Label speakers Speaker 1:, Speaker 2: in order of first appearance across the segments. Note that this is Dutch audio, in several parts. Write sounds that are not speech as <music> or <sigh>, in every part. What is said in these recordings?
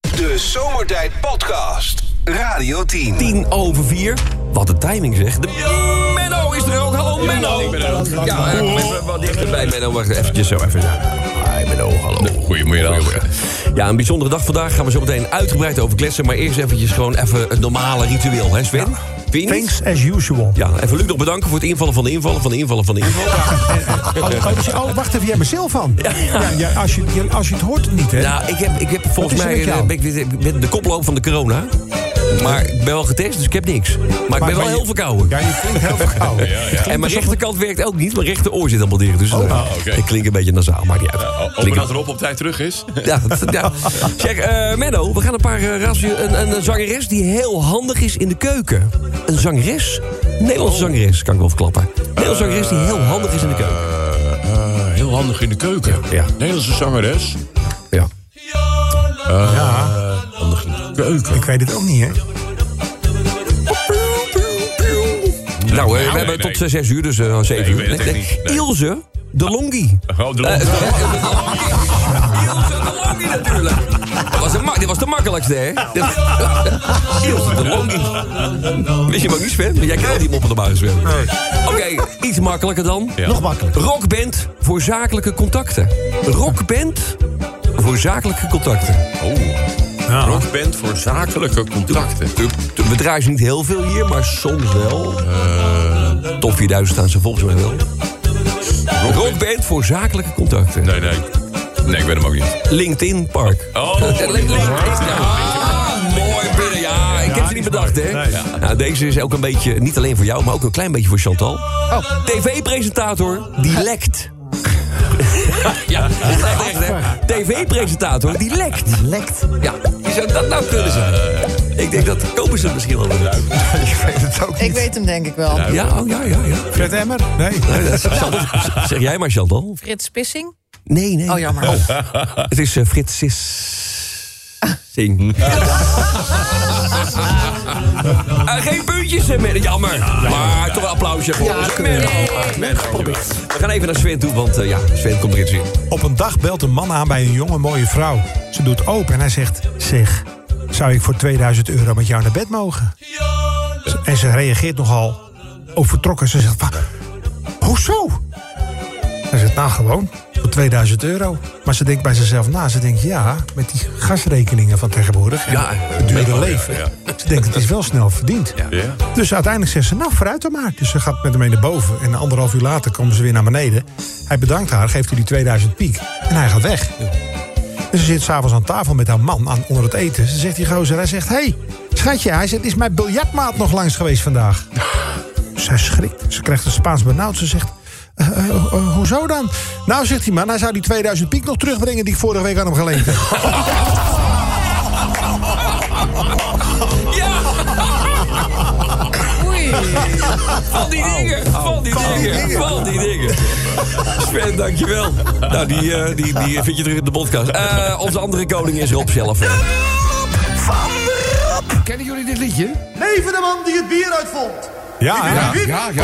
Speaker 1: De Zomertijd Podcast. Radio 10.
Speaker 2: 10 over 4. Wat een timing zeg. De... Menno is er ook. Hallo Menno. Ja, ik ben er ook. Ja, eh, kom even wat dichterbij Menno. Wacht eventjes zo even. zo. Hi Menno, hallo.
Speaker 3: Goedemiddag.
Speaker 2: Ja, een bijzondere dag vandaag. Gaan we zo meteen uitgebreid over kletsen. Maar eerst eventjes gewoon even het normale ritueel, hè Sven? Vind je niet?
Speaker 4: Thanks as usual.
Speaker 2: Ja, even Luc nog bedanken voor het invallen van de invallen van de invallen van de invallen.
Speaker 4: <laughs> Oh, oh, oh, wacht even, jij bent zelf van. Ja, ja, als, je, je- als je het hoort niet, hè?
Speaker 2: Nou, ik heb, ik heb volgens
Speaker 4: is er
Speaker 2: mij
Speaker 4: met
Speaker 2: eh,
Speaker 4: jou?
Speaker 2: ben ik, weer- ik ben de koploop van de corona. Maar ik ben wel getest, dus ik heb niks. Maar, ik ben wel heel verkouden.
Speaker 4: Ja, je klinkt heel verkouden.
Speaker 3: Oh,
Speaker 4: ja,
Speaker 2: En mijn rechterkant werkt ook niet. Mijn rechteroor zit allemaal dicht. Dus eh,
Speaker 3: oh, oké. Oh,
Speaker 2: ik klink een beetje nasaal, maakt niet uit.
Speaker 3: Hopen
Speaker 2: Klink-
Speaker 3: dat Rob op tijd terug is.
Speaker 2: ja, dat- ja. Zeg, eh, Menno, we gaan een paar eh, rassen- Een, een, een zangeres die heel handig is in de keuken. Een zangeres? Nederlandse zangeres, kan ik wel verklappen. Nederlandse zangeres die heel handig is in de keuken.
Speaker 3: Oh. Eh, eh, heel handig in de keuken.
Speaker 2: Ja.
Speaker 3: Nederlandse zangeres.
Speaker 2: Ja.
Speaker 3: Handig in de keuken.
Speaker 4: Ik weet het ook niet, hè?
Speaker 2: Nou, eh, we
Speaker 3: nee,
Speaker 2: hebben
Speaker 3: nee.
Speaker 2: tot zes, zes uur, dus eh, zeven
Speaker 3: ik
Speaker 2: uur.
Speaker 3: weet het echt niet. Nee.
Speaker 2: Ilse de Longi.
Speaker 3: Oh, de
Speaker 2: Eh,
Speaker 3: Longi.
Speaker 2: Ilse de Longi natuurlijk. Dat was, de ma- dit was de makkelijkste, hè? Ilse de Longi. Wist je hem ook niet, Sven? Want Jij krijgt die mop op de buis, Sven. Oké, iets makkelijker dan.
Speaker 3: Ja.
Speaker 4: Nog makkelijker.
Speaker 2: Rockband voor zakelijke contacten. Rockband voor zakelijke contacten.
Speaker 3: Oh. Rockband voor zakelijke contacten.
Speaker 2: We draaien ze niet heel veel hier, maar soms wel. Top 4000 staan ze volgens mij wel. Rockband voor zakelijke contacten.
Speaker 3: Nee, nee. Nee, ik weet hem ook niet.
Speaker 2: LinkedIn Park.
Speaker 3: Oh,
Speaker 2: Eh, <laughs> LinkedIn. Ja, mooi binnen. Ja, ik heb ze niet bedacht, hè?
Speaker 4: Nee.
Speaker 2: Nou, deze is ook een beetje, niet alleen voor jou, maar ook een klein beetje voor Chantal.
Speaker 4: Oh.
Speaker 2: TV-presentator die lekt. <laughs> ja, dat is echt, hè? TV-presentator die lekt.
Speaker 4: Lekt.
Speaker 2: Ja, wie zou dat nou kunnen zijn? Ik denk dat kopen ze het misschien wel weer uit.
Speaker 4: <laughs> Ik weet het ook
Speaker 5: Ik
Speaker 4: niet.
Speaker 5: weet hem denk ik wel.
Speaker 2: Ja, oh ja, ja, ja.
Speaker 4: <laughs> Fred Emmer? Nee.
Speaker 2: Nee, dat is Chantal. Zeg jij maar Chantal.
Speaker 5: Frits Pissing?
Speaker 2: Nee, nee.
Speaker 5: Oh, jammer. <laughs>
Speaker 2: Het is eh, Frits Sis- Sing. <laughs> Eh, geen puntjes, eh, Menno. Jammer. Maar toch een applausje voor
Speaker 5: Ja,
Speaker 2: ons.
Speaker 5: kunnen we. eh,
Speaker 2: Menno. Menno, We gaan even naar Sven toe, want eh, ja, Sven komt er iets in.
Speaker 5: Oh,
Speaker 4: Op een dag belt een man aan bij een jonge mooie vrouw. Ze doet open en hij zegt... Zeg, zou ik voor 2000 euro met jou naar bed mogen? Ze- En ze reageert nogal overtrokken. Ze zegt, "Wa- hoezo? Hij zegt, nou gewoon, voor 2000 euro. Maar ze denkt bij zichzelf na. Ze denkt, ja, met die gasrekeningen van tegenwoordig... en
Speaker 2: Ja,
Speaker 4: het dure leven. Ze denkt, het is wel snel verdiend.
Speaker 3: Ja.
Speaker 4: Dus uiteindelijk zegt ze, nou, vooruit dan maar. Dus ze gaat met hem mee naar boven. En anderhalf uur later komen ze weer naar beneden. Hij bedankt haar, geeft haar die 2000 piek. En hij gaat weg. Dus ze zit s'avonds aan tafel met haar man aan, onder het eten. Ze zegt die gozer, hij zegt, hé, hey, schatje. Hij zegt, is mijn biljartmaat nog langs geweest vandaag? <laughs> Zij schrikt. Ze krijgt een Spaans benauwd. Ze zegt, eh, eh, eh, hoezo dan? Nou, zegt die man, hij zou die 2000 piek nog terugbrengen... die ik vorige week aan hem geleend heb.
Speaker 2: Ja!
Speaker 5: Oei.
Speaker 2: Van die
Speaker 5: oh,
Speaker 2: dingen, van die dingen, van die
Speaker 5: <laughs>
Speaker 2: dingen. Sven, dankjewel. Nou, die, eh, die, die vind je terug in de podcast. Eh, onze andere koning is Rob zelf. hè.
Speaker 6: Kennen jullie dit liedje?
Speaker 7: Even de man die het bier uitvond.
Speaker 4: Ja, hè?
Speaker 6: Ah,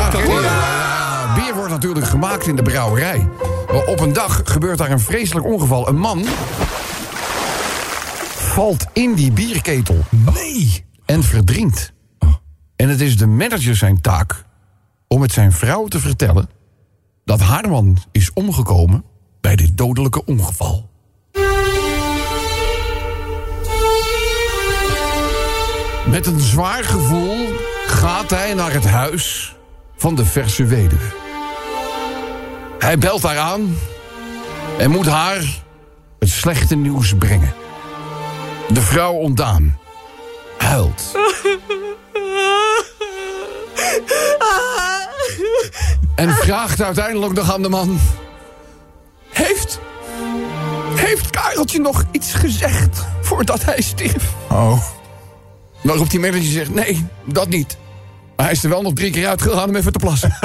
Speaker 6: ja. ken ik. Ja, Bier wordt natuurlijk gemaakt in de brouwerij. Maar Op een dag gebeurt daar een vreselijk ongeval. Een man valt in die bierketel
Speaker 4: Nee.
Speaker 6: en verdrinkt. En het is de manager zijn taak om het zijn vrouw te vertellen... dat haar man is omgekomen bij dit dodelijke ongeval. Met een zwaar gevoel gaat hij naar het huis van de verse weduwe. Hij belt haar aan en moet haar het slechte nieuws brengen. De vrouw ontdaan, huilt. En vraagt uiteindelijk nog aan de man... Heeft... Heeft Kareltje nog iets gezegd voordat hij stierf?
Speaker 4: Oh.
Speaker 6: Waarop die manager zegt, nee, dat niet. Maar hij is er wel nog drie keer uitgegaan om even te plassen.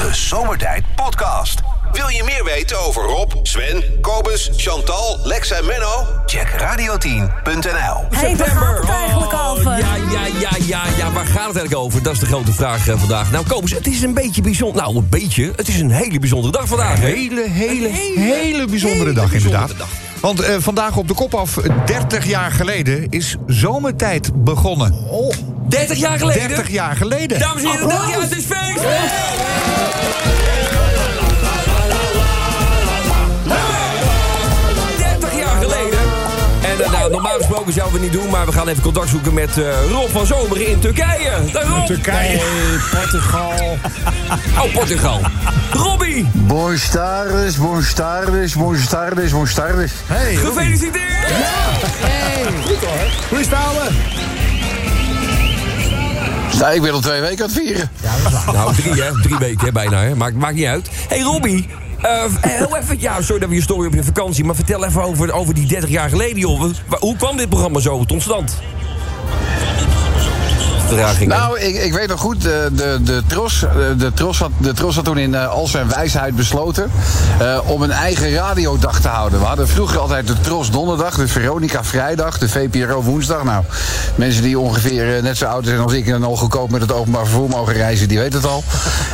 Speaker 1: De Zomertijd Podcast. Wil je meer weten over Rob, Sven, Kobus, Chantal, Lex en Menno? Check radio10.nl.
Speaker 8: Hey, waar gaat het eigenlijk
Speaker 2: Oh,
Speaker 8: over?
Speaker 2: Ja, ja, ja, ja, ja. Waar gaat het eigenlijk over? Dat is de grote vraag eh, vandaag. Nou, Kobus, het is een beetje bijzonder. Nou, een beetje. Het is een hele bijzondere dag vandaag. Hè?
Speaker 6: hele, hele,
Speaker 2: Een hele, hele
Speaker 6: bijzondere dag inderdaad.
Speaker 2: bijzondere
Speaker 5: Want eh, vandaag op de kop af, 30 jaar geleden, is zomertijd begonnen.
Speaker 4: Oh.
Speaker 2: 30 jaar geleden.
Speaker 5: 30 jaar geleden.
Speaker 2: Dames en heren, 30 jaar, het is feest! Hey! 30 jaar geleden. En eh, nou, normaal gesproken zouden we het niet doen, maar we gaan even contact zoeken met eh, Rob van Zomeren in Turkije. Daar Rob!
Speaker 4: Turkije.
Speaker 6: Portugal.
Speaker 2: Oh, Portugal. Robbie,
Speaker 8: Boas tardes, boas tardes, boas tardes, boas tardes.
Speaker 4: Hey,
Speaker 2: gefeliciteerd!
Speaker 4: hoe is het ouwe?
Speaker 6: Nee, ik ben al twee weken aan het vieren.
Speaker 2: Nou, drie hè, drie weken hè, bijna hè. Maakt, maakt niet uit. hey, Robbie. eh, heel even, ja, sorry dat we je story op je vakantie... maar vertel even over, over die 30 jaar geleden, joh. Wa- Hoe kwam dit programma zo tot stand? Vertraging. hè?
Speaker 6: Nou, ik, ik weet nog goed, de, de, de, Tros, eh, de, Tros had, de Tros had toen in eh, al zijn wijsheid besloten eh, om een eigen radiodag te houden. We hadden vroeger altijd de Tros donderdag, de Veronica vrijdag, de VPRO woensdag. Nou, mensen die ongeveer eh, net zo oud zijn als ik en al goedkoop met het openbaar vervoer mogen reizen, die weten het al.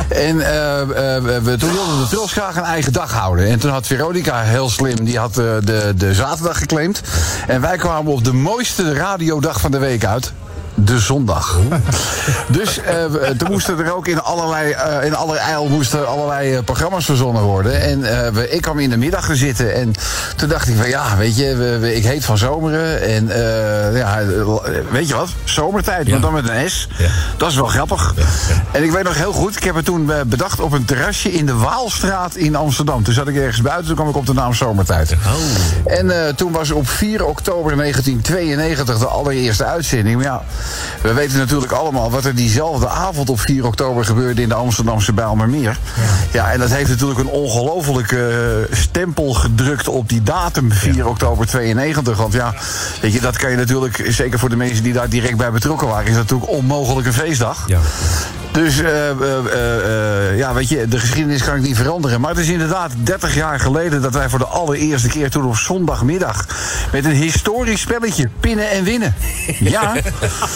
Speaker 6: En eh, eh, we, toen wilden de Tros graag een eigen dag houden. En toen had Veronica heel slim, die had eh, de, de zaterdag geclaimd. En wij kwamen op de mooiste radiodag van de week uit. De zondag. Dus eh, we- toen moesten er ook in allerlei, eh in allerijl moesten allerlei eh, programma's verzonnen worden. En eh, we- ik kwam in de middag te zitten. En toen dacht ik van ja, weet je, we- we- ik heet van zomeren. En eh, ja, weet je wat? Zomertijd, maar dan met een S. Dat is wel grappig. En ik weet nog heel goed, ik heb het toen eh, bedacht op een terrasje in de Waalstraat in Amsterdam. Toen zat ik ergens buiten, toen kwam ik op de naam Zomertijd. En eh, toen was op 4 oktober 1992 de allereerste uitzending. Maar ja, we weten natuurlijk allemaal wat er diezelfde avond op 4 oktober gebeurde in de Amsterdamse Bijlmermeer. Ja, en dat heeft natuurlijk een ongelofelijke eh, stempel gedrukt op die datum 4 oktober 92. Want ja, weet je, dat kan je natuurlijk, zeker voor de mensen die daar direct bij betrokken waren, is dat natuurlijk onmogelijk een feestdag.
Speaker 2: Ja.
Speaker 6: Dus eh, eh, eh, eh, ja, weet je, de geschiedenis kan ik niet veranderen. Maar het is inderdaad 30 jaar geleden dat wij voor de allereerste keer toen op zondagmiddag met een historisch spelletje pinnen en
Speaker 2: <laughs>
Speaker 6: winnen. Ja,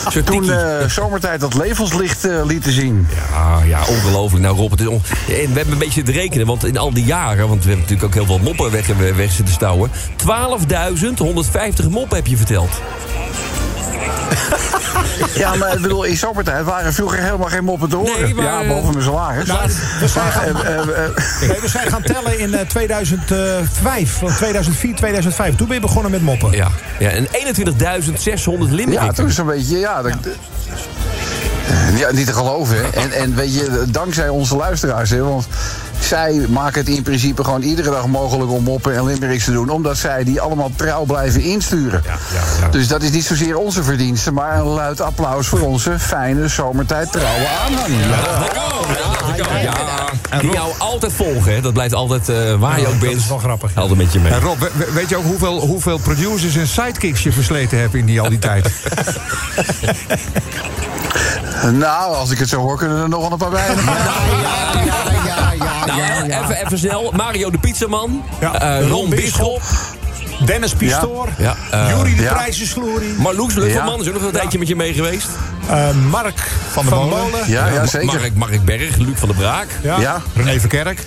Speaker 2: Zo'n
Speaker 6: toen
Speaker 2: tikkie.
Speaker 6: eh, zomertijd dat levenslicht eh, lieten zien.
Speaker 2: Ah, ja, ongelooflijk. Nou, Rob, het is on- en we hebben een beetje te rekenen, want in al die jaren... want we hebben natuurlijk ook heel veel moppen weg, eh, weg zitten stouwen... 12.150 moppen heb je verteld.
Speaker 6: Ja, maar ik bedoel, in zomertijd waren vroeger helemaal geen moppen te horen.
Speaker 2: Nee, maar-
Speaker 6: Ja, behalve mijn salaris.
Speaker 4: Nou, we zijn gaan-
Speaker 6: Maar, eh, eh, eh,
Speaker 4: Nee, we zijn gaan tellen in eh, 2005, van 2004, 2005. Toen ben je begonnen met moppen.
Speaker 2: Ja, ja en 21.600
Speaker 6: Ja, toen
Speaker 2: limericken.
Speaker 6: is een beetje, ja. dat- ja, niet te geloven. hè. En, en weet je, dankzij onze luisteraars, hè, want zij maken het in principe gewoon iedere dag mogelijk om moppen en limericks te doen, omdat zij die allemaal trouw blijven insturen. Dus dat is niet zozeer onze verdienste, maar een luid applaus voor onze fijne zomertijd trouwe aanhang.
Speaker 2: Dat kan, ja, dat kan. Ja, die jou altijd volgen, hè. dat blijft altijd eh, waar je ook bent.
Speaker 4: Ah, is wel grappig, ja.
Speaker 2: Altijd met je mee.
Speaker 5: En Rob, we- we- weet je ook hoeveel, hoeveel producers en sidekicks je versleten hebt in die al die tijd?
Speaker 6: Nou, als ik het zo hoor, kunnen er nog wel een paar bij.
Speaker 2: Nou, eh, Even, even snel. Mario de Pizzaman.
Speaker 4: Ja.
Speaker 2: eh, Ron
Speaker 4: Ron Bisschop.
Speaker 2: Bisschop.
Speaker 4: <laughs> Dennis Pistoor,
Speaker 2: Ja. Ja, eh,
Speaker 4: Jury de
Speaker 6: ja.
Speaker 4: Prijzensglorie,
Speaker 5: Eh,
Speaker 2: Marloes Luffelman
Speaker 6: Ja.
Speaker 2: is ook nog een tijdje met je mee geweest.
Speaker 4: eh, Mark van der Molen.
Speaker 6: Ja, ja, zeker.
Speaker 2: Eh, Mark, Mark Berg, Luc van der Braak.
Speaker 4: Ja.
Speaker 6: Ja,
Speaker 5: René Verkerk.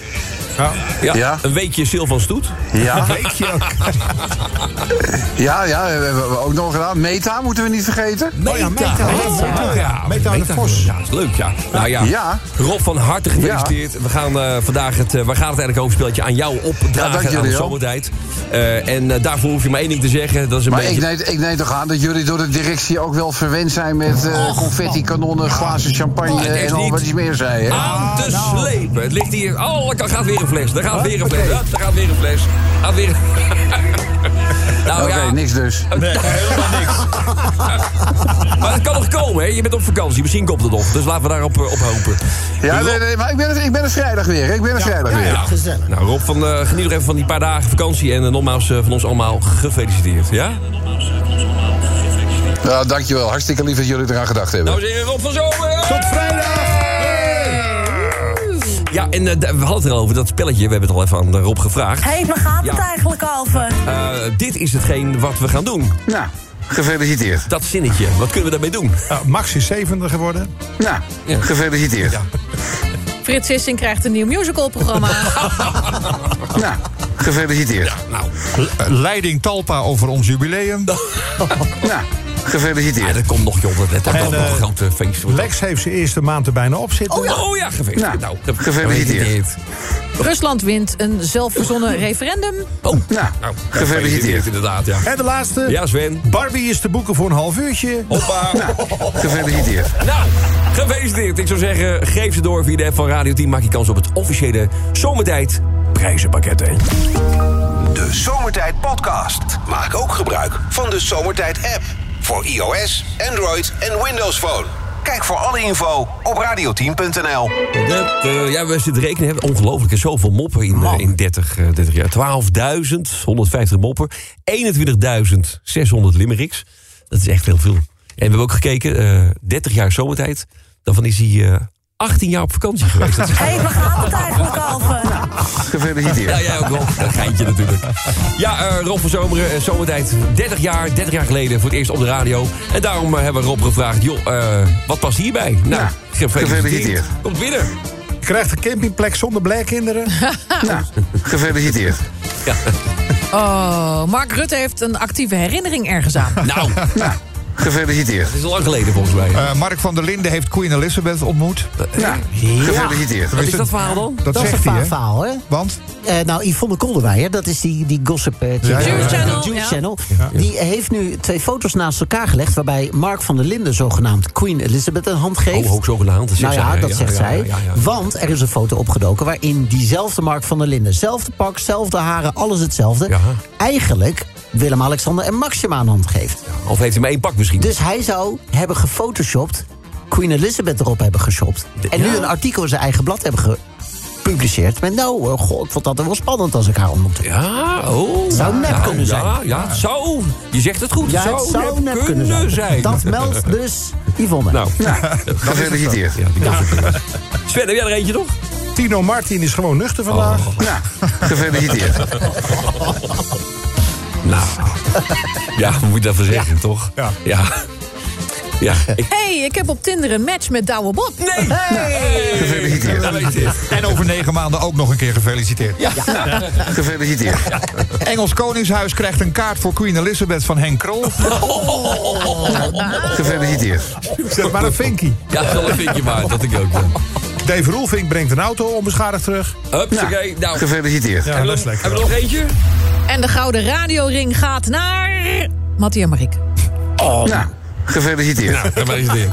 Speaker 2: Ja.
Speaker 6: Ja.
Speaker 2: Een weekje Silvan Stoet.
Speaker 4: Oh
Speaker 6: ja,
Speaker 4: Weet <laughs> je ook.
Speaker 6: ja, ja, hebben we ook nog gedaan. Meta moeten we niet vergeten.
Speaker 4: Oh ja, Meta. Meta.
Speaker 5: Oh
Speaker 2: ja.
Speaker 4: Meta de Vos.
Speaker 2: Ja, is leuk, ja. Nou ja.
Speaker 6: Ja.
Speaker 2: Rob van harte gefeliciteerd. We gaan eh, vandaag het, eh, waar gaat het eigenlijk over speeltje aan jou
Speaker 6: Ja, dank
Speaker 2: opdragen aan
Speaker 6: jullie
Speaker 2: de
Speaker 6: wel.
Speaker 2: zomertijd. Eh, en eh, daarvoor hoef je maar één ding te zeggen. Dat is een
Speaker 6: Maar
Speaker 2: beetje...
Speaker 6: ik neem, ik neem toch aan dat jullie door de directie ook wel verwend zijn met eh, confetti, kanonnen, glazen champagne
Speaker 2: het is
Speaker 6: en
Speaker 2: oh.
Speaker 6: al
Speaker 2: niet- Ah,
Speaker 6: wat je meer zei. Hè?
Speaker 2: Aan te slepen. Het ligt hier. Oh, daar gaat weer een fles. Daar gaat weer een fles. Hup, Daar gaat weer een fles. Gaat weer. <laughs> nou
Speaker 6: Oké,
Speaker 2: oh ja, Eh,
Speaker 6: niks dus.
Speaker 2: maar het kan nog komen, hè? Je bent op vakantie. Misschien komt het nog. Dus laten we daarop eh, op hopen.
Speaker 6: Ja,
Speaker 2: Rob-
Speaker 6: nee, nee, maar ik ben, er, ik ben er vrijdag weer. hè. Ik ben er vrijdag weer.
Speaker 2: Ja. Nou, Rob, van, eh, geniet nog even van die paar dagen vakantie. En eh, nogmaals eh, van ons allemaal gefeliciteerd. Ja?
Speaker 6: Nou, dankjewel. Hartstikke lief dat jullie eraan gedacht hebben.
Speaker 2: Nou, zeer Rob van Zomer.
Speaker 4: Tot vrijdag.
Speaker 2: Ja, en eh, d- we hadden het erover, dat spelletje. We hebben het al even aan eh, Rob gevraagd.
Speaker 9: Hé, hey, waar gaat het
Speaker 2: Ja.
Speaker 9: eigenlijk over?
Speaker 2: Eh, dit is hetgeen wat we gaan doen.
Speaker 6: Nou, gefeliciteerd.
Speaker 2: Dat zinnetje. Wat kunnen we daarmee doen?
Speaker 4: Nou, Max is zevende geworden.
Speaker 6: Nou,
Speaker 2: Ja.
Speaker 6: gefeliciteerd.
Speaker 10: Frits Sissing krijgt een nieuw musicalprogramma.
Speaker 6: Nou,
Speaker 8: Gefeliciteerd.
Speaker 2: Nou,
Speaker 5: Eh, Leiding Talpa over ons jubileum.
Speaker 8: Nou, gefeliciteerd.
Speaker 2: ja, dat komt nog, joh. Dat- Dat wordt
Speaker 4: En,
Speaker 2: ook nog
Speaker 4: eh,
Speaker 2: een grote feest.
Speaker 4: Lex heeft zijn eerste maand er bijna op zitten.
Speaker 2: Oh ja, oh, ja gefeliciteerd.
Speaker 8: Nou,
Speaker 2: dat-
Speaker 8: gefeliciteerd.
Speaker 9: Rusland wint een zelfverzonnen referendum.
Speaker 2: Oh,
Speaker 8: Nou,
Speaker 2: nou,
Speaker 8: gefeliciteerd.
Speaker 2: Inderdaad, ja.
Speaker 4: En de laatste.
Speaker 2: Ja, Sven.
Speaker 4: Barbie is te boeken voor een half uurtje.
Speaker 5: Oh.
Speaker 2: Hoppa.
Speaker 8: Gefeliciteerd.
Speaker 2: Nou, gefeliciteerd. Ik zou zeggen, geef ze door via de app van Radio 10. Maak je kans op het officiële Zomertijd prijzenpakket. hè.
Speaker 1: De Zomertijd Podcast. Maak ook gebruik van de Zomertijd app. Voor iOS, Android en Windows Phone. Kijk voor alle info op radioteam.nl.
Speaker 2: Dat, eh, ja, we zitten rekenen. Hebben ongelooflijk hè, zoveel moppen in, eh, in 30, eh, 30 jaar. 12.150 moppen. 21.600 limericks. Dat is echt heel veel. En we hebben ook gekeken, eh 30 jaar zomertijd. Daarvan is hij eh, 18 jaar op vakantie geweest. Dat is
Speaker 10: Hé, we gaan het eigenlijk over.
Speaker 2: Ja,
Speaker 8: Gefeliciteerd.
Speaker 2: jij ook wel. Een geintje natuurlijk. Ja, eh, Rob van Zomeren, eh, zomertijd. 30 jaar, 30 jaar geleden voor het eerst op de radio. En daarom eh, hebben we Rob gevraagd, joh, eh, wat past hierbij? Nou,
Speaker 8: Ja, gefeliciteerd.
Speaker 2: Komt binnen.
Speaker 4: Je krijgt een campingplek zonder blijkinderen.
Speaker 8: Nou, gefeliciteerd.
Speaker 2: Ja.
Speaker 9: Oh, Mark Rutte heeft een actieve herinnering ergens aan.
Speaker 2: Nou, <laughs> dat
Speaker 8: Nou, gefeliciteerd.
Speaker 2: is al lang geleden volgens mij.
Speaker 5: <laughs> Eh, Mark van der Linden heeft Queen Elizabeth ontmoet.
Speaker 8: Nou, gefeliciteerd.
Speaker 2: wat is dat verhaal dan?
Speaker 5: Dat,
Speaker 11: Dat is een
Speaker 5: zegt hij,
Speaker 11: vaag
Speaker 5: hè?
Speaker 11: verhaal, hè?
Speaker 5: Want?
Speaker 11: Eh, nou, Yvonne Kolderweijer, dat is die, die gossip eh, chick.
Speaker 5: ja, ja.
Speaker 9: Juice Channel,
Speaker 11: Juice
Speaker 9: ja.
Speaker 11: Channel. Die heeft nu twee foto's naast elkaar gelegd... waarbij Mark van der Linden zogenaamd Queen Elizabeth een hand geeft.
Speaker 2: Oh, ook zogenaamd, dat
Speaker 11: Nou
Speaker 2: zegt
Speaker 11: ja,
Speaker 2: zij,
Speaker 11: dat
Speaker 2: ja,
Speaker 11: zegt
Speaker 2: ja,
Speaker 11: zij.
Speaker 2: ja, ja, ja.
Speaker 11: Want er is een foto opgedoken waarin diezelfde Mark van der Linden... zelfde pak, zelfde haren, alles hetzelfde...
Speaker 2: Ja.
Speaker 11: eigenlijk Willem-Alexander en Maxima een hand geeft.
Speaker 2: Of heeft hij maar één pak misschien?
Speaker 11: Dus hij zou hebben gefotoshopt, Queen Elizabeth erop hebben geshopt. En nu een artikel in zijn eigen blad hebben gepubliceerd. Met nou, eh, god, ik vond dat wel spannend als ik haar ontmoette.
Speaker 2: Ja, oh.
Speaker 11: Zou nep
Speaker 2: ja,
Speaker 11: kunnen zijn.
Speaker 2: Ja, ja, het zou. Je zegt het goed.
Speaker 11: Ja,
Speaker 2: zou,
Speaker 11: het zou nep kunnen zijn. Dat
Speaker 5: <laughs>
Speaker 11: meldt dus Yvonne.
Speaker 2: Nou,
Speaker 8: Gefeliciteerd.
Speaker 2: ja, die kans is er. Sven, heb jij er eentje nog?
Speaker 4: Tino Martin is gewoon nuchter vandaag.
Speaker 5: Oh.
Speaker 8: Nou, gefeliciteerd.
Speaker 2: Nou, ja, wat moet je daarvoor zeggen, toch?
Speaker 4: Ja.
Speaker 2: Ja. Ja, ik...
Speaker 9: Hé, hey, ik heb op Tinder een match met Douwe Bob. <laughs>
Speaker 2: Nee!
Speaker 8: Gefeliciteerd.
Speaker 2: Dat weet ik.
Speaker 5: En over negen maanden ook nog een keer gefeliciteerd.
Speaker 8: Gefeliciteerd.
Speaker 5: Engels Koningshuis krijgt een kaart voor Queen Elizabeth van Henk Krol.
Speaker 8: Gefeliciteerd.
Speaker 10: <laughs>
Speaker 4: Zet maar een vinkie.
Speaker 2: Ja, dat vind je maar, dat ik ook. Ja.
Speaker 4: Dave Roelvink brengt een auto onbeschadigd terug.
Speaker 2: Hups, oké. Nou,
Speaker 8: Gefeliciteerd.
Speaker 4: Ja, dat is lekker.
Speaker 2: hebben we nog eentje?
Speaker 9: En de gouden radioring gaat naar... Mattie en Marieke.
Speaker 8: Nou, gefeliciteerd.
Speaker 2: Ja, maar is dit.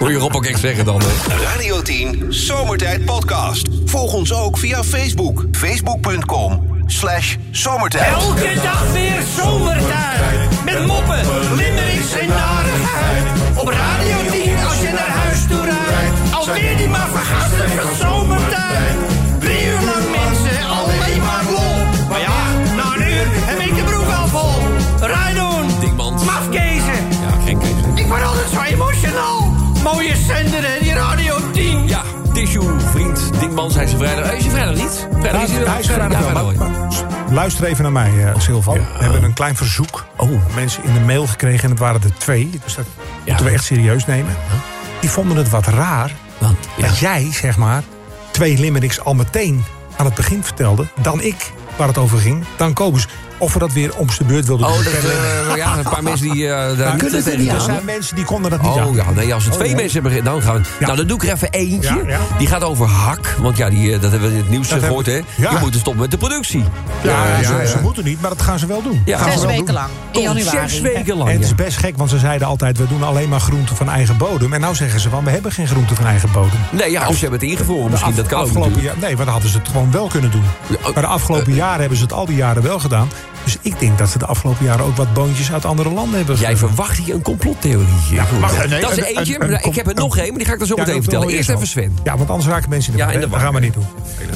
Speaker 2: Moet je Rob ook echt zeggen dan, hè?
Speaker 1: Radio 10 Zomertijd Podcast. Volg ons ook via Facebook. Facebook.com slash zomertijd.
Speaker 10: Elke dag weer zomertijd. Met moppen, limmerings en narigheid. Op Radio 10 als je naar huis toe rijdt. Alweer die maar vergastige zomertijd. Drie uur lang mensen, alleen maar lol. Maar ja, na een uur heb ik de broek al vol. Rijdoen,
Speaker 2: Dikmans.
Speaker 10: mafkezen.
Speaker 2: Ja, geen keuze.
Speaker 10: Ik word altijd zo emotional. Mooie zender hè, die Radio 10.
Speaker 2: Ja, Tissue, vriend, Dingman, hij is er vrijdag. Eh, Is hij vrijdag niet? Vrijdag is hij er
Speaker 4: Hij is vrijdag
Speaker 2: Ja,
Speaker 4: wel,
Speaker 2: vrijdag
Speaker 4: maar-
Speaker 2: wel.
Speaker 4: maar- s- Luister even naar mij, eh, Silvan. We hebben een klein verzoek. Oh. Mensen in de mail gekregen en het waren er twee. Dus dat moeten we echt serieus nemen. Die vonden het wat raar
Speaker 2: Want, ja.
Speaker 4: dat jij, zeg maar, twee limericks al meteen aan het begin vertelde. Dan ik, waar het over ging. Dan Kobus. Of we dat weer om zijn beurt wilden Nou,
Speaker 2: Oh, dat,
Speaker 4: doen. Ken-
Speaker 2: eh, ja, een paar mensen die eh, daar niet
Speaker 11: kunnen ze
Speaker 2: tegen
Speaker 11: niet
Speaker 4: Er
Speaker 2: kunnen.
Speaker 4: zijn mensen die konden dat niet aan.
Speaker 2: Oh ja, nee, als er twee mensen hebben, dan gaan we.
Speaker 4: Ja.
Speaker 2: Nou, dan doe ik er even eentje.
Speaker 4: Ja, ja.
Speaker 2: Die gaat over hak. Want ja, die, eh, dat hebben we in het nieuws
Speaker 4: Dat
Speaker 2: gehoord, hè?
Speaker 4: hebben- ja.
Speaker 2: Je moet stoppen met de productie.
Speaker 4: Ja,
Speaker 5: Ja,
Speaker 4: ze,
Speaker 5: ja,
Speaker 4: ze
Speaker 5: ja.
Speaker 4: moeten niet, maar dat gaan ze wel doen.
Speaker 2: Ja.
Speaker 4: Gaan ze
Speaker 9: Zes
Speaker 4: wel
Speaker 9: weken
Speaker 4: doen.
Speaker 9: lang. In
Speaker 2: Tot
Speaker 9: januari.
Speaker 2: Zes weken
Speaker 4: En
Speaker 2: lang.
Speaker 4: het is
Speaker 2: Oh, ja.
Speaker 4: best gek, want ze zeiden altijd... we doen alleen maar groenten van eigen bodem. En nou zeggen ze van, we hebben geen groenten van eigen bodem.
Speaker 2: Nee, ja, of ze hebben het ingevroren
Speaker 4: De
Speaker 2: misschien.
Speaker 4: af-
Speaker 2: dat kan ook
Speaker 4: afgelopen
Speaker 2: natuurlijk.
Speaker 4: jaar, Nee, maar dan hadden ze het gewoon wel kunnen doen.
Speaker 2: oh,
Speaker 4: maar de afgelopen jaren hebben ze het al die jaren wel gedaan. Dus ik denk dat ze de afgelopen jaren ook wat boontjes uit andere landen hebben
Speaker 2: Jij
Speaker 4: gedaan.
Speaker 2: verwacht hier een complottheorie.
Speaker 5: wacht, nee,
Speaker 2: dat is
Speaker 5: een-
Speaker 2: eentje.
Speaker 5: een- een
Speaker 2: maar ik heb er nog één, maar die ga ik dan zo
Speaker 4: Ja,
Speaker 2: meteen
Speaker 4: dat
Speaker 2: vertellen.
Speaker 4: doen we
Speaker 2: Eerst even Sven.
Speaker 4: Ja, want anders raken mensen in de
Speaker 2: Ja,
Speaker 4: war,
Speaker 2: in de
Speaker 4: hè?
Speaker 2: war,
Speaker 4: Dat gaan we niet doen.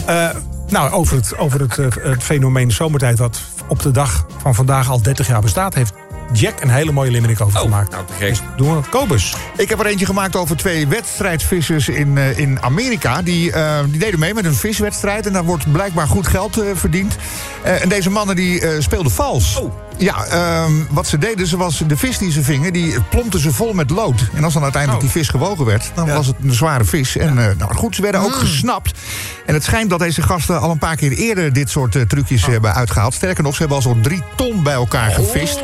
Speaker 4: Eh, nou, over het, over het, eh, het fenomeen zomertijd... wat op de dag van vandaag al 30 jaar bestaat... heeft Jack een hele mooie limerick over gemaakt.
Speaker 2: nou, te gek.
Speaker 4: Dus doen we Kobus.
Speaker 5: Ik heb er eentje gemaakt over twee wedstrijdvissers in, eh, in Amerika. Die, eh, die deden mee met een viswedstrijd. En daar wordt blijkbaar goed geld eh, verdiend. Eh, en deze mannen die eh, speelden vals. Ja, ehm, wat ze deden, ze was de vis die ze vingen, die plompte ze vol met lood. En als dan uiteindelijk die vis gewogen werd, dan was het een zware vis. En eh, nou goed, ze werden ook gesnapt. En het schijnt dat deze gasten al een paar keer eerder dit soort eh, trucjes hebben uitgehaald. Sterker nog, ze hebben al zo'n drie ton bij elkaar gevist.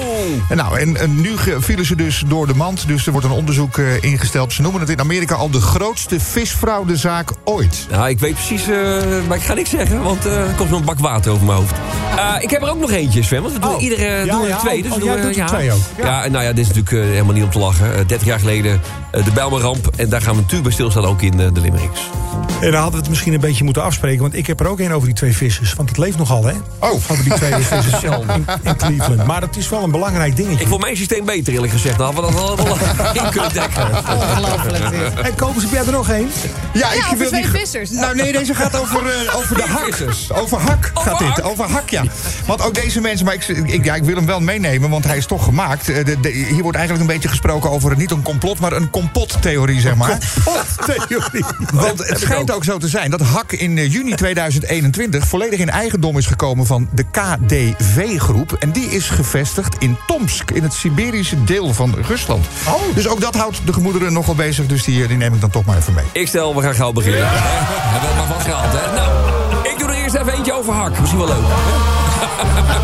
Speaker 5: En, nou, en, en nu ge- vielen ze dus door de mand, dus er wordt een onderzoek eh, ingesteld. Ze noemen het in Amerika al de grootste visfraudezaak ooit.
Speaker 2: Nou, ik weet precies, eh, maar ik ga niks zeggen, want eh, er komt wel een bak water over mijn hoofd. Eh, ik heb er ook nog eentje, Sven, want we doen iedere doen we er
Speaker 4: ja,
Speaker 2: twee.
Speaker 4: oh,
Speaker 2: Dus we
Speaker 4: oh,
Speaker 2: doen
Speaker 4: jij
Speaker 2: er-
Speaker 4: doet er
Speaker 2: ja.
Speaker 4: twee ook.
Speaker 2: Ja. en nou ja, dit is natuurlijk eh, helemaal niet om te lachen. Eh, 30 jaar geleden eh, de Bijlmerramp en daar gaan we natuurlijk bij stilstaan ook in eh, de Limericks.
Speaker 4: En dan hadden we het misschien een beetje moeten afspreken. Want ik heb er ook één over die twee vissers. Want het leeft nogal, hè? Oh. Over die
Speaker 5: <laughs>
Speaker 4: twee vissers in, in Cleveland. Maar dat is wel een belangrijk dingetje.
Speaker 2: Ik vond mijn systeem beter, eerlijk gezegd. Dan hadden we dat allemaal <laughs> in kunnen dekken.
Speaker 4: Oh, Ongelooflijk En kopen ze jij er nog één?
Speaker 5: Ja,
Speaker 9: over
Speaker 5: wil
Speaker 9: twee
Speaker 5: niet ge-
Speaker 9: vissers.
Speaker 5: Nou nee, deze gaat over, eh, over de hak.
Speaker 2: vissers.
Speaker 5: Over hak gaat dit. Over hak, ja. Want ook deze mensen, maar ik, ik, ja, ik wil hem wel meenemen, want hij is toch gemaakt. Eh, de- de- hier wordt eigenlijk een beetje gesproken over niet een complot, maar een complottheorie, zeg maar.
Speaker 4: Complottheorie.
Speaker 5: Want het schijnt ook zo te zijn dat hak in eh, juni 2021 volledig in eigendom is gekomen van de KDV-groep. En die is gevestigd in Tomsk, in het Siberische deel van Rusland. Dus ook dat houdt de gemoederen nogal bezig, dus die, eh, die neem ik dan toch maar even mee.
Speaker 2: Ik stel, we gaan gauw beginnen. Hè? Hebben we het maar vastgehaald, hè? Nou, ik doe er eerst even eentje over hak. Misschien wel leuk. <laughs>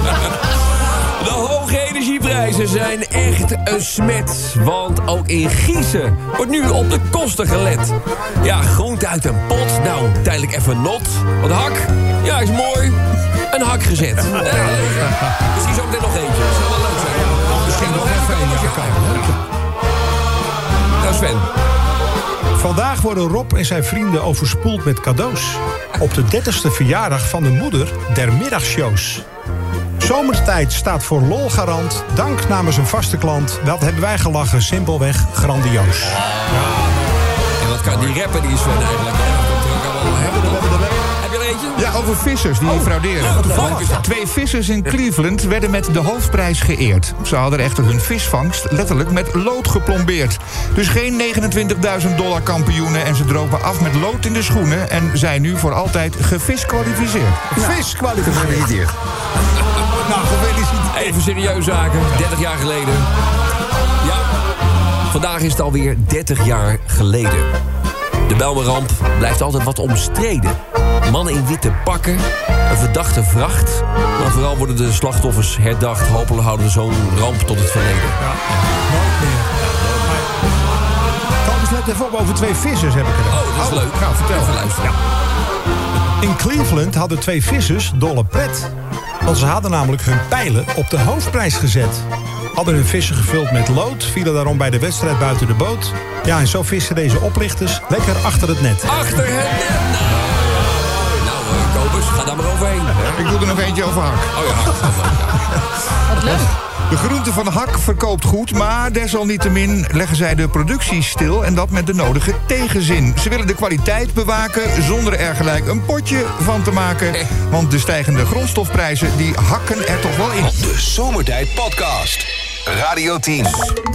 Speaker 2: De hoge energieprijzen zijn echt een smet. Want ook in Giezen wordt nu op de kosten gelet. Ja, groente uit een pot. Nou, tijdelijk even not. Want hak, ja, is mooi. Een hak gezet. Eh, Misschien zo meteen nog eentje. Dat zou wel leuk zijn. Misschien nog even eentje. Nou, Sven.
Speaker 4: Vandaag worden Rob en zijn vrienden overspoeld met cadeaus. Op de 30ste verjaardag van de moeder der middagshows. Zomertijd staat voor lol garant. Dank namens een vaste klant. Dat hebben wij gelachen. Simpelweg grandioos.
Speaker 2: En wat kan die rapper die is Sven eigenlijk? Ja, dat komt er ook allemaal. Heb je er- Heb je er eentje?
Speaker 5: Ja, over vissers die frauderen. Twee vissers in Cleveland werden met de hoofdprijs geëerd. Ze hadden echter hun visvangst letterlijk met lood geplombeerd. Dus geen 29.000 dollar kampioenen en ze dropen af met lood in de schoenen... en zijn nu voor altijd geviskwalificeerd.
Speaker 4: Nou.
Speaker 5: Viskwalificeerd. Nou, gefeliciteerd.
Speaker 2: Even serieus zaken. 30 jaar geleden. Ja. Vandaag is het alweer 30 jaar geleden. De Belmeramp blijft altijd wat omstreden. Mannen in witte pakken, een verdachte vracht. Maar vooral worden de slachtoffers herdacht. Hopelijk houden we zo'n ramp tot het verleden.
Speaker 4: Thomas, let even op over twee vissers heb ik er.
Speaker 2: Oh, dat is leuk.
Speaker 5: Nou, vertel.
Speaker 2: Even luisteren.
Speaker 4: In Cleveland hadden twee vissers dolle pret. Want ze hadden namelijk hun pijlen op de hoofdprijs gezet. Hadden hun vissen gevuld met lood, vielen daarom bij de wedstrijd buiten de boot. Ja, en zo vissen deze oplichters lekker achter het net.
Speaker 2: Achter het net. Nou, eh, Kobus, ga daar maar overheen.
Speaker 5: Ik doe er nog eentje over hak.
Speaker 2: Oh ja.
Speaker 5: De groente van hak verkoopt goed, maar desalniettemin leggen zij de productie stil en dat met de nodige tegenzin. Ze willen de kwaliteit bewaken zonder er gelijk een potje van te maken,
Speaker 2: Eh.
Speaker 5: want de stijgende grondstofprijzen die hakken er toch wel in.
Speaker 1: De Zomertijd Podcast. Radio 10.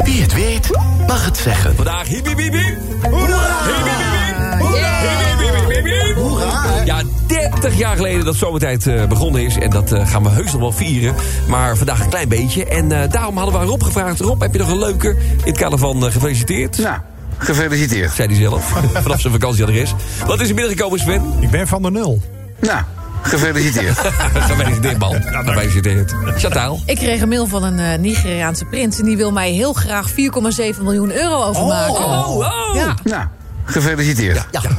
Speaker 12: Wie het weet, mag het zeggen.
Speaker 2: Vandaag hiep, hiep, hiep, hiep. Hiep, hiep, hiep, hiep. Hiep, hiep, hiep, hiep, hiep. Ja, 30 jaar geleden dat zomertijd eh, begonnen is. En dat eh, gaan we heus nog wel vieren. Maar vandaag een klein beetje. En eh, daarom hadden we aan Rob gevraagd. Rob, heb je nog een leuke? In het kader van eh, gefeliciteerd.
Speaker 12: Nou, gefeliciteerd.
Speaker 2: Zei hij zelf. <laughs> Vanaf zijn vakantieadres. Wat is er binnengekomen, Sven?
Speaker 4: Ik ben van de nul.
Speaker 12: Nou, gefeliciteerd.
Speaker 2: <laughs> Gefeliciteerd, man. Gefeliciteerd. Chataal.
Speaker 9: Ik kreeg een mail van een eh, Nigeriaanse prins... en die wil mij heel graag 4,7 miljoen euro overmaken. Oh, Ja.
Speaker 12: nou, gefeliciteerd.
Speaker 2: Ja, ja,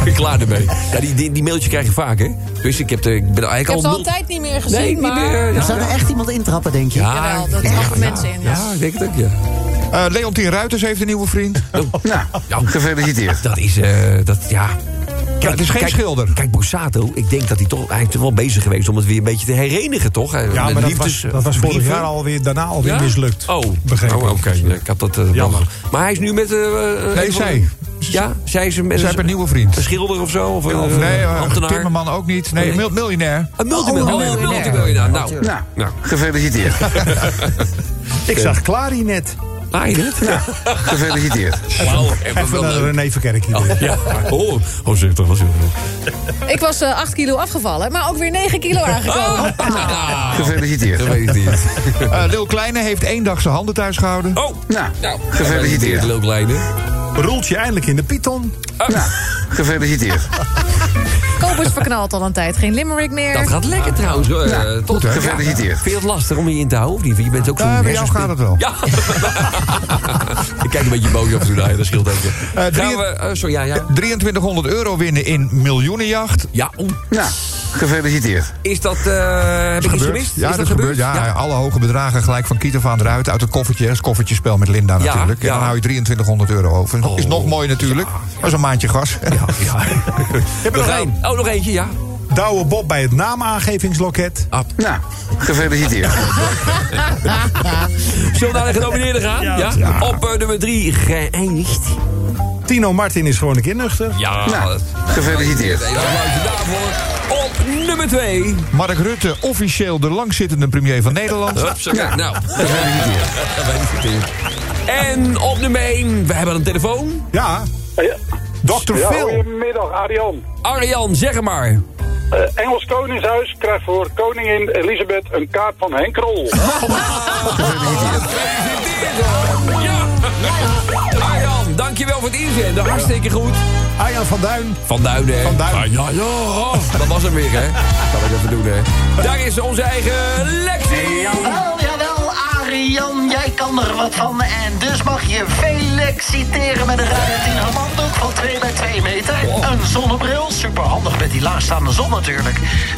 Speaker 2: nou. <laughs> Klaar ermee. Ja, die, die, die mailtje krijg je vaak, hè? Dus ik, heb de, ik ben
Speaker 9: Ik heb
Speaker 2: eigenlijk
Speaker 9: ze
Speaker 2: al
Speaker 9: al een
Speaker 2: nul-
Speaker 9: tijd niet meer gezien,
Speaker 2: Nee, niet
Speaker 9: maar...
Speaker 2: meer. Ja,
Speaker 11: Er zou er echt iemand intrappen, denk je?
Speaker 9: Jawel, dat trappen mensen in. Ja.
Speaker 2: Ja, ik denk het ook, ja.
Speaker 5: Eh Leontien Ruiters heeft een nieuwe vriend.
Speaker 12: Nou, gefeliciteerd.
Speaker 2: Dat is, eh, dat, ja... Kijk,
Speaker 5: het is geen
Speaker 2: kijk-
Speaker 5: schilder.
Speaker 2: Kijk, Borsato, ik denk dat hij toch... Hij is toch wel bezig geweest om het weer een beetje te herenigen, toch?
Speaker 4: Ja, maar dat was, dat was vorig jaar alweer, daarna alweer mislukt.
Speaker 2: Oh,
Speaker 4: begrepen.
Speaker 2: oh oké. Nee, Ik had dat... eh,
Speaker 4: Jammer.
Speaker 2: wel- Maar hij is nu met... eh, eh, een
Speaker 5: Nee,
Speaker 2: van-
Speaker 5: zij.
Speaker 2: Ja, zij is een,
Speaker 5: Zij heeft een nieuwe vriend.
Speaker 2: een schilder of zo? Of een
Speaker 5: Of
Speaker 2: eh,
Speaker 5: nee, eh,
Speaker 2: ambtenaar?
Speaker 5: Timmerman ook niet. Nee,
Speaker 2: Nee.
Speaker 5: mil- miljonair.
Speaker 2: Een multimiljonair.
Speaker 5: Oh,
Speaker 2: Een
Speaker 5: een
Speaker 2: multimiljonair. Nou,
Speaker 12: Nou, gefeliciteerd.
Speaker 4: Ik zag Clary net.
Speaker 2: Ah, je het? Ja.
Speaker 6: Gefeliciteerd.
Speaker 2: Wauw.
Speaker 13: Even een René Verkerk hier.
Speaker 2: Ja. Oh, oh zeg, dat was heel
Speaker 9: Ik was eh 8 kilo afgevallen, maar ook weer 9
Speaker 2: <laughs>
Speaker 9: kilo aangekomen.
Speaker 6: Gefeliciteerd.
Speaker 14: Gefeliciteerd.
Speaker 4: Eh Lil Kleine heeft één dag zijn handen thuis gehouden.
Speaker 2: Oh,
Speaker 6: nou,
Speaker 2: Gefeliciteerd,
Speaker 6: gefeliciteerd.
Speaker 2: Lil Kleine. Oh.
Speaker 13: Roelt je eindelijk in de Python.
Speaker 6: Nou, gefeliciteerd.
Speaker 9: Kobus verknalt al een tijd. Geen limerick meer.
Speaker 2: Dat gaat lekker trouwens. hoor. Eh, tot
Speaker 6: hè? Gefeliciteerd.
Speaker 2: Vind je het lastig om je in te houden? Of niet? Want Je bent ook zo'n
Speaker 4: Eh, bij jou
Speaker 2: hersenspin.
Speaker 4: gaat het wel.
Speaker 2: Ja. <laughs> ik kijk een beetje boos af en toe naar je, dat scheelt ook. Uh,
Speaker 4: drie-
Speaker 2: we, eh, sorry, ja, ja.
Speaker 4: 2300 euro winnen in miljoenenjacht.
Speaker 2: Ja, oeh.
Speaker 6: Nou, gefeliciteerd.
Speaker 2: Is dat, eh heb ik iets gemist?
Speaker 4: Ja,
Speaker 2: is
Speaker 4: dat, gebeurt. Ja, alle hoge bedragen gelijk van Kiet af aan eruit. Uit het koffertje. Dat is koffertjespel met Linda
Speaker 2: Ja,
Speaker 4: natuurlijk. En
Speaker 2: ja. Oh,
Speaker 4: dan hou je 2300 euro over. Is nog mooi natuurlijk. Dat is een maandje gas.
Speaker 13: Heb je nog
Speaker 2: Nog
Speaker 13: één?
Speaker 2: één. Oh, nog eentje, ja.
Speaker 13: Douwe Bob bij het naamaangevingsloket.
Speaker 6: Nou, gefeliciteerd.
Speaker 2: Zullen we naar de genomineerden gaan? Ja. Op eh, nummer drie geëindigd.
Speaker 13: Tino Martin is gewoon een keer nuchter.
Speaker 2: Ja.
Speaker 6: Nou,
Speaker 2: dat-
Speaker 6: gefeliciteerd.
Speaker 2: Een applausje daarvoor. Op nummer twee.
Speaker 4: Mark Rutte, officieel de langzittende premier van Nederland.
Speaker 2: Hupsakee.
Speaker 6: Ja.
Speaker 2: Nou,
Speaker 6: Gefeliciteerd.
Speaker 2: wij niet verkeerd. En op nummer één, we hebben een telefoon.
Speaker 13: Ja.
Speaker 3: Ja.
Speaker 13: Dr.
Speaker 3: Ja,
Speaker 13: Phil.
Speaker 3: goedemiddag, Arjan.
Speaker 2: Arjan, zeg het maar.
Speaker 3: Eh, Engels Koningshuis krijgt voor koningin Elisabeth een kaart van Henk Krol.
Speaker 2: <laughs> Ja. Arjan, dankjewel voor het inzenden. Hartstikke goed.
Speaker 13: Arjan van Duin.
Speaker 2: Van Duinen. hè?
Speaker 13: Van Duin.
Speaker 2: Ah, ja, ja. oh, Dat was hem weer, hè. Dat kan ik even doen, hè. Daar is onze eigen Lexi.
Speaker 11: Jawel, jawel, Arjan, jij kan er wat van. En dus mag je Felix citeren met een ruimte handdoek van 2 bij 2 meter. Een zonnebril, superhandig met die laagstaande zon natuurlijk.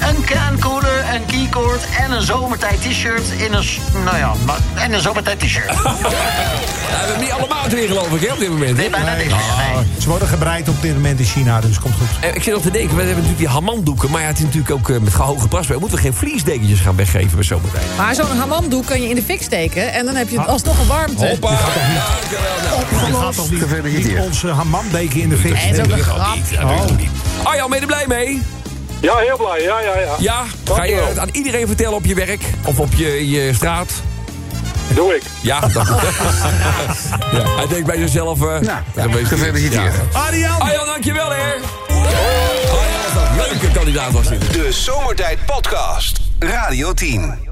Speaker 11: Een kraankoeler, een keycord en een zomertijd t-shirt in een... s- Nou ja, maar, en een zomertijd t-shirt.
Speaker 2: Ja, we hebben niet allemaal het weer, geloof ik, hè, op dit moment.
Speaker 11: Nee, bijna niks.
Speaker 12: Ah,
Speaker 11: Nee.
Speaker 13: Oh, Ze worden gebreid op dit moment in China, dus komt goed.
Speaker 2: Eh, Ik zit nog te denken, we hebben natuurlijk die hamandoeken... maar ja, het is natuurlijk ook eh, met gehoge pras. Moeten we geen vliesdekentjes gaan weggeven bij zometeen?
Speaker 9: Maar zo'n hamamdoek kan je in de fik steken en dan heb je alsnog een warmte.
Speaker 2: Ah. Hoppa! Dankjewel,
Speaker 9: Oh,
Speaker 2: nou.
Speaker 13: Opgelost. gaat toch niet-
Speaker 6: Gefeliciteerd.
Speaker 13: niet onze hamambeken in de fik. Oh.
Speaker 9: Nee, dat is ook een grap.
Speaker 2: Arjan, ben je er blij mee?
Speaker 3: Ja, heel blij. Ja, ja, ja.
Speaker 2: Ja? Ga je
Speaker 3: Dankjewel.
Speaker 2: het aan iedereen vertellen op je werk? Of op je, je straat?
Speaker 3: Doe ik.
Speaker 2: Ja, dat <laughs> ja. Hij denkt bij zichzelf... eh,
Speaker 6: Nou,
Speaker 2: ja, een beetje-
Speaker 6: gefeliciteerd.
Speaker 2: Ja.
Speaker 13: Arjan.
Speaker 2: Arjan, dankjewel, hè. Arjan, wat een leuke kandidaat was dit.
Speaker 1: De Zomertijd Podcast. Radio 10.